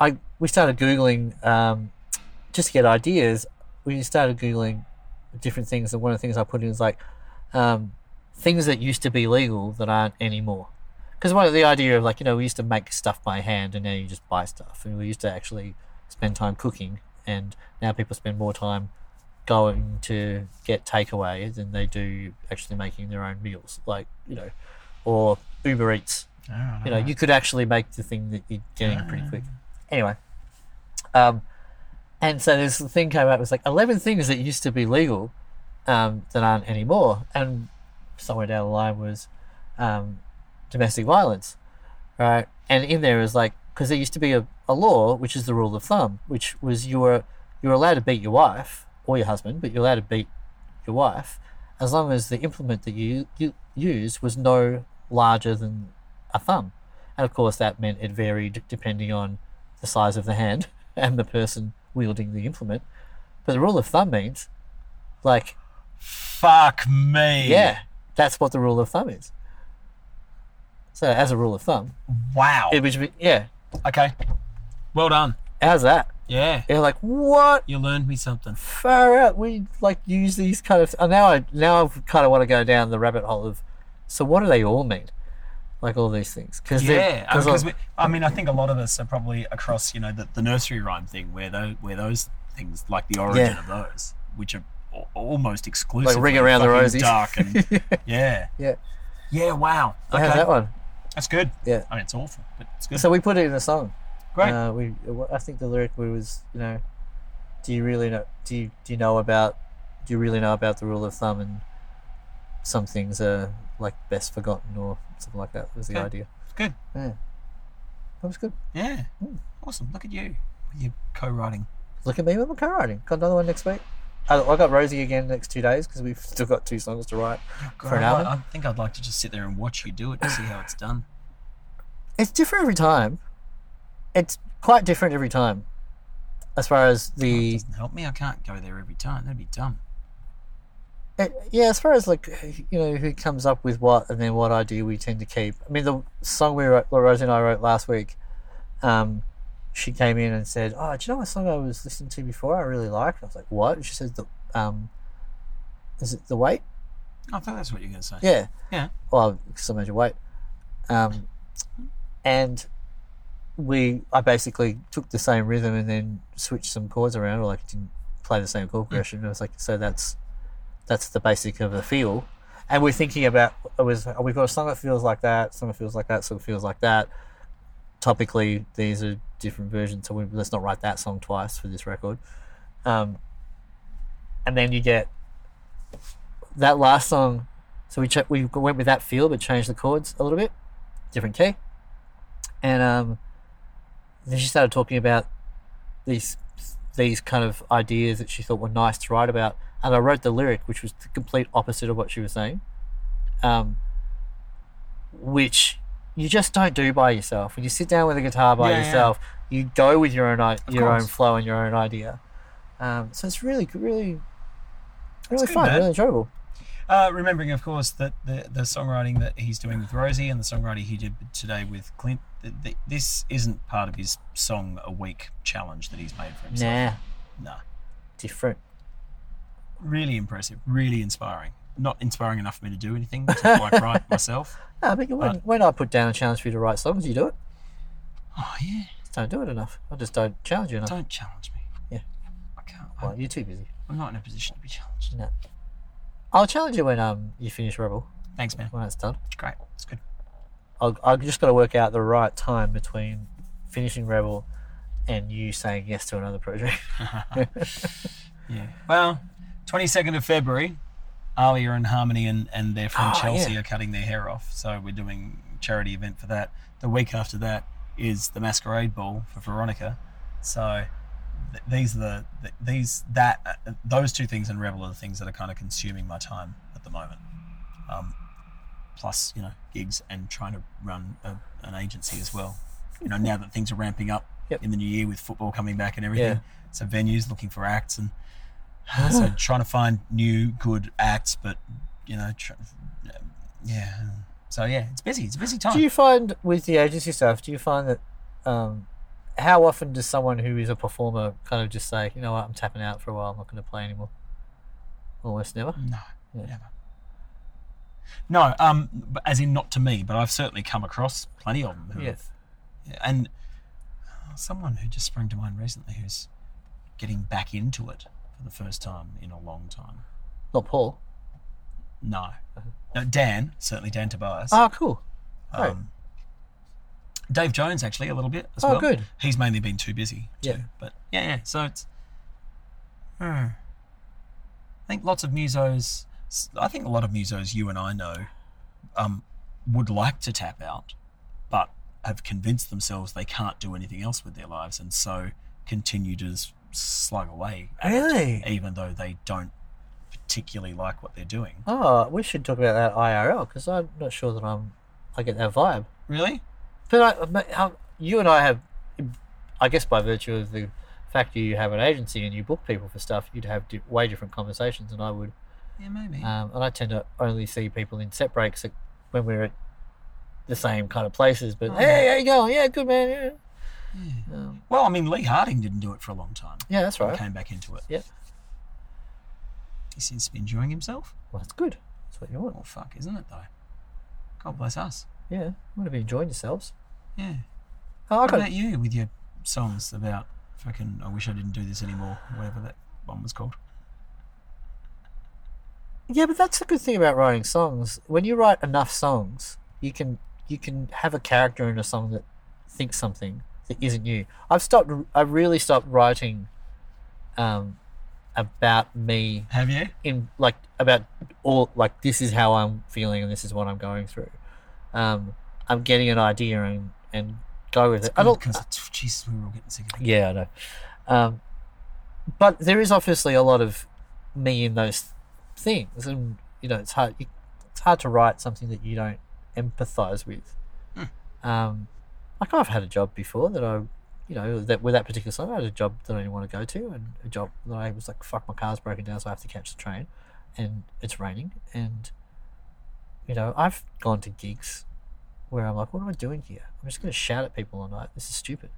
Speaker 3: I we started googling um, just to get ideas. We started googling different things, and one of the things I put in is like um, things that used to be legal that aren't anymore. Because one of the idea of like you know we used to make stuff by hand, and now you just buy stuff, and we used to actually spend time cooking, and now people spend more time going to get takeaway than they do actually making their own meals, like you know, or Uber Eats you know, you could actually make the thing that you're getting pretty quick. Anyway, um, And so this thing came up. It was like eleven things that used to be legal um, that aren't anymore. And somewhere down the line was um, domestic violence, right? And in there is like because there used to be a, a law which is the rule of thumb, which was you were you were allowed to beat your wife or your husband, but you're allowed to beat your wife as long as the implement that you, you used was no larger than a thumb. And of course, that meant it varied depending on the size of the hand *laughs* and the person wielding the implement. But the rule of thumb means, like,
Speaker 4: Fuck me.
Speaker 3: yeah, that's what the rule of thumb is. So, as a rule of thumb,
Speaker 4: Wow.
Speaker 3: it would be, yeah,
Speaker 4: Okay. Well done.
Speaker 3: how's that?
Speaker 4: Yeah.
Speaker 3: You're like, what?
Speaker 4: You learned me something.
Speaker 3: far out. We like use these kind of. And now I now I kind of want to go down the rabbit hole of. So what do they all mean? Like all these things, because
Speaker 4: Yeah, I mean, 'cause we, I mean, I think a lot of us are probably across, you know, the, the nursery rhyme thing, where those where those things like the origin
Speaker 3: Yeah.
Speaker 4: of those, which are al- almost exclusively
Speaker 3: Around the
Speaker 4: fucking
Speaker 3: Rosie.
Speaker 4: dark and
Speaker 3: *laughs*
Speaker 4: yeah,
Speaker 3: yeah,
Speaker 4: yeah, wow,
Speaker 3: I
Speaker 4: okay,
Speaker 3: have that one.
Speaker 4: that's good.
Speaker 3: Yeah.
Speaker 4: I mean, it's awful, but it's good.
Speaker 3: So we put it in a song.
Speaker 4: Great.
Speaker 3: Uh, we I think the lyric was you know, do you really know? Do you do you know about? Do you really know about the rule of thumb and some things are like best forgotten or something like that was the
Speaker 4: Okay.
Speaker 3: idea.
Speaker 4: It's good.
Speaker 3: Yeah, that was good.
Speaker 4: Yeah, awesome. Look at you, you co-writing.
Speaker 3: Look at me with my co-writing. Got another one next week. I, I got Rosie again next two days because we've still got two songs to write.
Speaker 4: God,
Speaker 3: For an
Speaker 4: I'd like-
Speaker 3: album?
Speaker 4: I think I'd like to just sit there and watch you do it to see how it's done.
Speaker 3: It's different every time. It's quite different every time, as far as
Speaker 4: It
Speaker 3: the
Speaker 4: doesn't help me. I can't go there every time. That'd be dumb.
Speaker 3: it, yeah, as far as like you know who comes up with what and then what idea we tend to keep. I mean, the song we wrote, Rosie and I wrote last week. Um, she came in and said, "Oh, do you know what song I was listening to before? I really liked." I was like, "What?" And she said, "The um, is it the weight?"
Speaker 4: I thought that's what you're going to say.
Speaker 3: Yeah.
Speaker 4: Yeah.
Speaker 3: Well, because I measure weight. Um, and we, I basically took the same rhythm and then switched some chords around, or like didn't play the same chord progression. I was like, so that's that's the basic of the feel. And we're thinking about it was oh, we've got a song that feels like that, song that feels like that, song that feels like that. Topically, these are different versions, so we, let's not write that song twice for this record. Um, and then you get that last song so we ch- we went with that feel, but changed the chords a little bit, different key. And um, then she started talking about these these kind of ideas that she thought were nice to write about, and I wrote the lyric, which was the complete opposite of what she was saying, um, which you just don't do by yourself. When you sit down with a guitar by
Speaker 4: Yeah, yeah.
Speaker 3: yourself, you go with your own I- your
Speaker 4: course.
Speaker 3: own flow and your own idea. Um, so it's really really really
Speaker 4: good,
Speaker 3: fun,
Speaker 4: man.
Speaker 3: really enjoyable.
Speaker 4: Uh, remembering, of course, that the, the songwriting that he's doing with Rosie and the songwriting he did today with Clint, th th this isn't part of his song a week challenge that he's made for himself.
Speaker 3: Nah,
Speaker 4: Nah.
Speaker 3: different.
Speaker 4: Really impressive. Really inspiring. Not inspiring enough for me to do anything to like write myself.
Speaker 3: No, but you- when,
Speaker 4: But-
Speaker 3: when I put down a challenge for you to write songs, you do it.
Speaker 4: Oh, yeah.
Speaker 3: Just don't do it enough. I just don't challenge you enough.
Speaker 4: Don't challenge me.
Speaker 3: Yeah.
Speaker 4: I can't.
Speaker 3: Well,
Speaker 4: I'm,
Speaker 3: you're too busy.
Speaker 4: I'm not in a position to be challenged.
Speaker 3: No. I'll challenge you when um you finish Rebel,
Speaker 4: Thanks, man.
Speaker 3: when it's done.
Speaker 4: It's great. It's good.
Speaker 3: I'll, I've just got to work out the right time between finishing Rebel and you saying yes to another *laughs* project.
Speaker 4: Yeah. Well, 22nd of February, Ali are in Harmony and, and they're from
Speaker 3: Oh,
Speaker 4: Chelsea
Speaker 3: yeah.
Speaker 4: are cutting their hair off. So we're doing charity event for that. The week after that is the Masquerade Ball for Veronica. So th- these are the, th- these that uh, those two things and Rebel are the things that are kind of consuming my time at the moment. Um, plus, you know, gigs and trying to run a, an agency as well. You know, now that things are ramping up
Speaker 3: Yep.
Speaker 4: in the new year with football coming back and everything,
Speaker 3: Yeah.
Speaker 4: so venues looking for acts and *sighs* so trying to find new good acts, but you know, tr- yeah. So yeah, it's busy. It's a busy time.
Speaker 3: do you find with the agency stuff? Do you find that um, how often does someone who is a performer kind of just say, you know what, I'm tapping out for a while. I'm not going to play anymore. Almost never.
Speaker 4: No,
Speaker 3: Yeah.
Speaker 4: never. No, um, but as in not to me, but I've certainly come across plenty of them. Who
Speaker 3: Yeah.
Speaker 4: have- and uh, someone who just sprang to mind recently who's getting back into it for the first time in a long time.
Speaker 3: Not Paul.
Speaker 4: No, no, Dan certainly Dan Tobias.
Speaker 3: Ah, cool. right.
Speaker 4: Um, Dave Jones actually a little bit as
Speaker 3: Oh,
Speaker 4: well.
Speaker 3: good.
Speaker 4: He's mainly been too busy. Too,
Speaker 3: Yeah.
Speaker 4: But yeah, yeah. So it's I think lots of musos. I think a lot of musos you and I know um, would like to tap out, but have convinced themselves they can't do anything else with their lives, and so continue to s- slug away, at it,
Speaker 3: Really?
Speaker 4: even though they don't particularly like what they're doing.
Speaker 3: Oh, we should talk about that IRL because I'm not sure that I'm. I get that vibe.
Speaker 4: Really?
Speaker 3: But I, but how- you and I have, I guess, by virtue of the fact you have an agency and you book people for stuff, you'd have di- way different conversations than I would.
Speaker 4: Yeah, maybe.
Speaker 3: Um, and I tend to only see people in set breaks at- when we're at the same kind of places. But hey, how you going? Oh, Yeah, good man. Yeah, Um,
Speaker 4: well, I mean, Lee Harding didn't do it for a long time.
Speaker 3: yeah that's right.
Speaker 4: Came back into it.
Speaker 3: Yep.
Speaker 4: He seems to be enjoying himself.
Speaker 3: Well, that's good. That's what you want.
Speaker 4: Well, fuck, isn't it though? God bless us.
Speaker 3: Yeah, you want to be enjoying yourselves.
Speaker 4: Yeah.
Speaker 3: Oh, I
Speaker 4: What
Speaker 3: got
Speaker 4: about you with your songs about fucking I wish I didn't do this anymore, whatever that one was called.
Speaker 3: Yeah, but that's the good thing about writing songs. When you write enough songs, you can you can have a character in a song that thinks something that isn't you. I've stopped. I really stopped writing, um, about me
Speaker 4: Have you?
Speaker 3: in like about all like this is how I'm feeling and this is what I'm going through. Um, I'm getting an idea and and go with it. I don't.
Speaker 4: Because it's- Jesus, we were all getting sick of it.
Speaker 3: Yeah, I know. Um, but there is obviously a lot of me in those things, and you know, it's hard. You, it's hard to write something that you don't empathize with. Um, like I've had a job before that I, you know, that with that particular song, I had a job that I didn't want to go to, and a job that I was like, "Fuck, my car's broken down, so I have to catch the train," and it's raining, and you know, I've gone to gigs where I'm like, "What am I doing here? I'm just going to shout at people all night. This is stupid."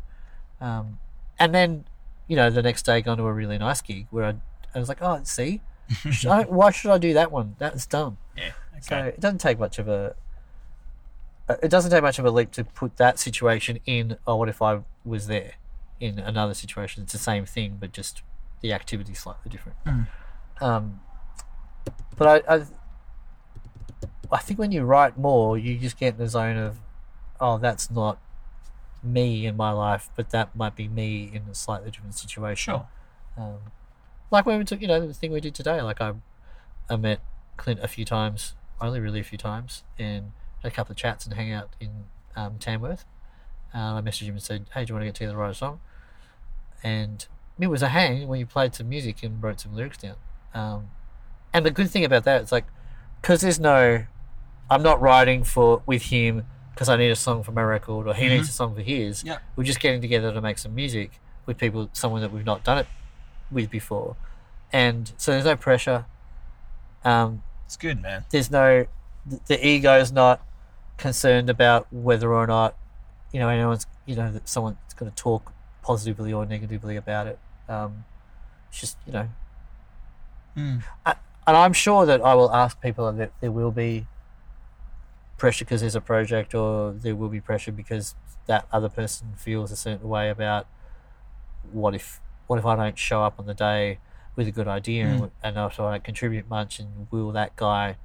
Speaker 3: Um, and then, you know, the next day, gone to a really nice gig where I, I was like, oh, see, Should I, why should I do that one? That's dumb.
Speaker 4: Yeah. Okay.
Speaker 3: So it doesn't take much of a, uh, it doesn't take much of a leap to put that situation in. Oh, what if I was there, in another situation? It's the same thing, but just the activity slightly different.
Speaker 4: Hmm.
Speaker 3: Um, but I, I, I think when you write more, you just get in the zone of, oh, that's not me in my life, but that might be me in a slightly different situation.
Speaker 4: sure.
Speaker 3: Um, like when we took, you know, the thing we did today. Like I, I met Clint a few times, only really a few times, and had a couple of chats and hang out in um, Tamworth. And I messaged him and said, "Hey, do you want to get together and write a song?" And it was a hang where you played some music and wrote some lyrics down. Um, and the good thing about that is like, because there's no, I'm not writing for with him because I need a song for my record or he needs a song for his.
Speaker 4: Yeah.
Speaker 3: We're just getting together to make some music with people, someone that we've not done it with before, and so there's no pressure. Um,
Speaker 4: It's good, man.
Speaker 3: there's no th- the ego's not concerned about whether or not you know anyone's you know that someone's going to talk positively or negatively about it. Um, it's just you know,
Speaker 4: Mm.
Speaker 3: I, and I'm sure that I will ask people that there will be pressure because there's a project, or there will be pressure because that other person feels a certain way about what if what if I don't show up on the day with a good idea and, and also I don't contribute much, and will that guy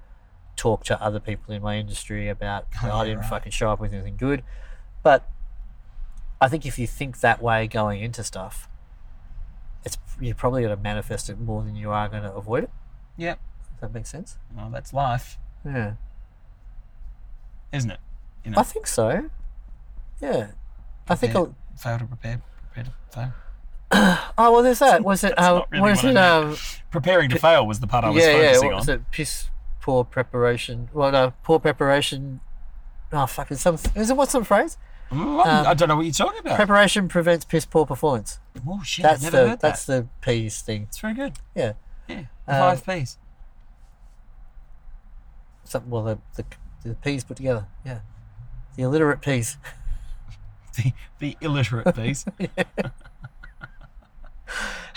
Speaker 3: talk to other people in my industry about I didn't fucking show up with anything good? But I think if you think that way going into stuff, it's you're probably going to manifest it more than you are going to avoid it.
Speaker 4: Yep.
Speaker 3: Does that make sense?
Speaker 4: Well, that's life,
Speaker 3: Yeah.
Speaker 4: isn't it? You know,
Speaker 3: I think so. Yeah. I think.
Speaker 4: prepare-
Speaker 3: I'll-
Speaker 4: fail to prepare, prepare to fail.
Speaker 3: Oh well, there's
Speaker 4: *laughs*
Speaker 3: that. Was it? Um,
Speaker 4: not really
Speaker 3: was
Speaker 4: what I
Speaker 3: it?
Speaker 4: meant.
Speaker 3: Um,
Speaker 4: Preparing to fail was the part I was
Speaker 3: yeah, yeah.
Speaker 4: focusing
Speaker 3: What was
Speaker 4: on.
Speaker 3: it? Piss poor preparation. Well, no, poor preparation. Oh fuck! It's some. Is it what's some phrase?
Speaker 4: Mm, I
Speaker 3: Um,
Speaker 4: don't know what you're talking about.
Speaker 3: Preparation prevents piss poor performance.
Speaker 4: oh shit!
Speaker 3: That's
Speaker 4: I've
Speaker 3: the
Speaker 4: never heard that.
Speaker 3: that's the P's thing.
Speaker 4: It's very good.
Speaker 3: Yeah.
Speaker 4: Yeah. The
Speaker 3: Um,
Speaker 4: five P's.
Speaker 3: Something. Well, the the, the P's put together. Yeah. The illiterate P's.
Speaker 4: the, the
Speaker 3: *laughs*
Speaker 4: illiterate piece.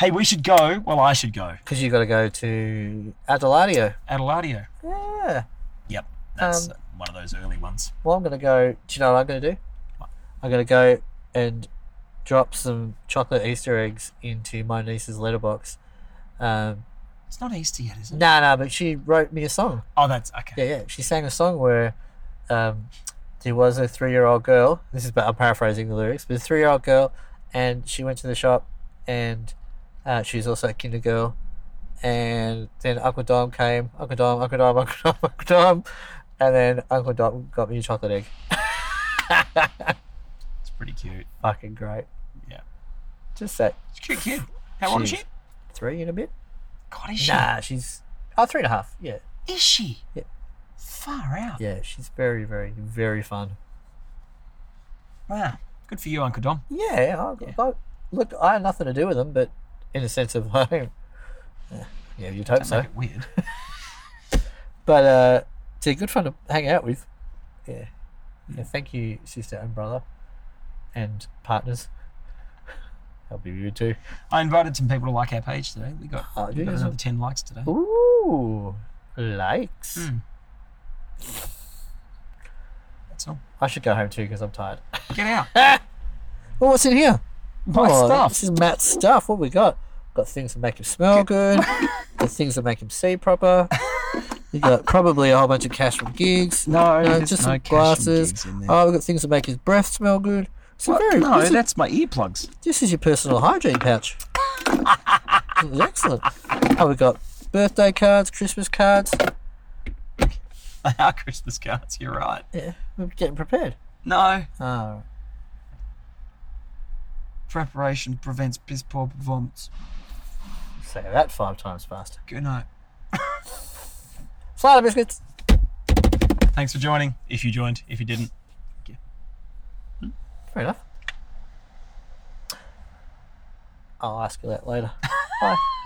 Speaker 4: hey, we should go. Well, I should go.
Speaker 3: Because you got to go to Adeladio.
Speaker 4: Adeladio.
Speaker 3: Yeah.
Speaker 4: Yep, that's
Speaker 3: Um,
Speaker 4: uh, one of those early ones.
Speaker 3: Well, I'm gonna go. Do you know what I'm gonna do? I'm gonna go and drop some chocolate Easter eggs into my niece's letterbox. Um,
Speaker 4: It's not Easter yet, is it?
Speaker 3: nah, nah, but she wrote me a song.
Speaker 4: Oh, that's okay.
Speaker 3: Yeah, yeah. She sang a song where um, there was a three-year-old girl. This is, but I'm paraphrasing the lyrics. But a three-year-old girl, and she went to the shop, and Uh, she's also a Kinder Girl. And then Uncle Dom came. Uncle Dom, Uncle Dom, Uncle Dom, *laughs* Uncle Dom. And then Uncle Dom got me a chocolate egg.
Speaker 4: It's pretty cute.
Speaker 3: Fucking great.
Speaker 4: Yeah.
Speaker 3: Just that
Speaker 4: It's a cute kid. How old is
Speaker 3: Jeez.
Speaker 4: she?
Speaker 3: three in a bit.
Speaker 4: God, is she?
Speaker 3: Nah, she's oh three and a half. Yeah,
Speaker 4: Is she?
Speaker 3: Yeah.
Speaker 4: Far out.
Speaker 3: yeah, she's very, very, very fun.
Speaker 4: Wow. Good for you, Uncle Dom.
Speaker 3: Yeah, I, I, look, I had nothing to do with them, but in a sense of *laughs* home. Yeah, you'd hope
Speaker 4: Don't
Speaker 3: so.
Speaker 4: make it weird.
Speaker 3: But uh, it's a good fun to hang out with. Yeah. yeah. Thank you, sister and brother, and partners. *laughs* That'll be you too.
Speaker 4: I invited some people to like our page today. We got,
Speaker 3: Oh,
Speaker 4: we
Speaker 3: did
Speaker 4: got
Speaker 3: you?
Speaker 4: another 10 likes today.
Speaker 3: Ooh, likes.
Speaker 4: Mm. That's all.
Speaker 3: I should go home too because I'm tired.
Speaker 4: Get out.
Speaker 3: Well, what's in here?
Speaker 4: Buy stuff.
Speaker 3: This is Matt's stuff. What we got? Got things that make him smell good.
Speaker 4: *laughs*
Speaker 3: got things that make him see proper. You got probably a whole bunch of cash from gigs.
Speaker 4: No,
Speaker 3: Uh,
Speaker 4: there's
Speaker 3: just
Speaker 4: no
Speaker 3: some
Speaker 4: cash from
Speaker 3: glasses.
Speaker 4: gigs in there.
Speaker 3: Oh, we got things that make his breath smell good. So
Speaker 4: What?
Speaker 3: very
Speaker 4: no,
Speaker 3: this, is,
Speaker 4: that's my earplugs. *laughs*
Speaker 3: this is your personal hygiene pouch. This is excellent. Oh, we got birthday cards, Christmas cards.
Speaker 4: They are Christmas cards. You're right.
Speaker 3: Yeah, we're getting prepared.
Speaker 4: No.
Speaker 3: Oh,
Speaker 4: Preparation prevents piss poor performance.
Speaker 3: say that five times faster.
Speaker 4: Good night.
Speaker 3: Slider biscuits.
Speaker 4: Thanks for joining. If you joined, if you didn't.
Speaker 3: Fair enough. I'll ask you that later. *laughs* Bye.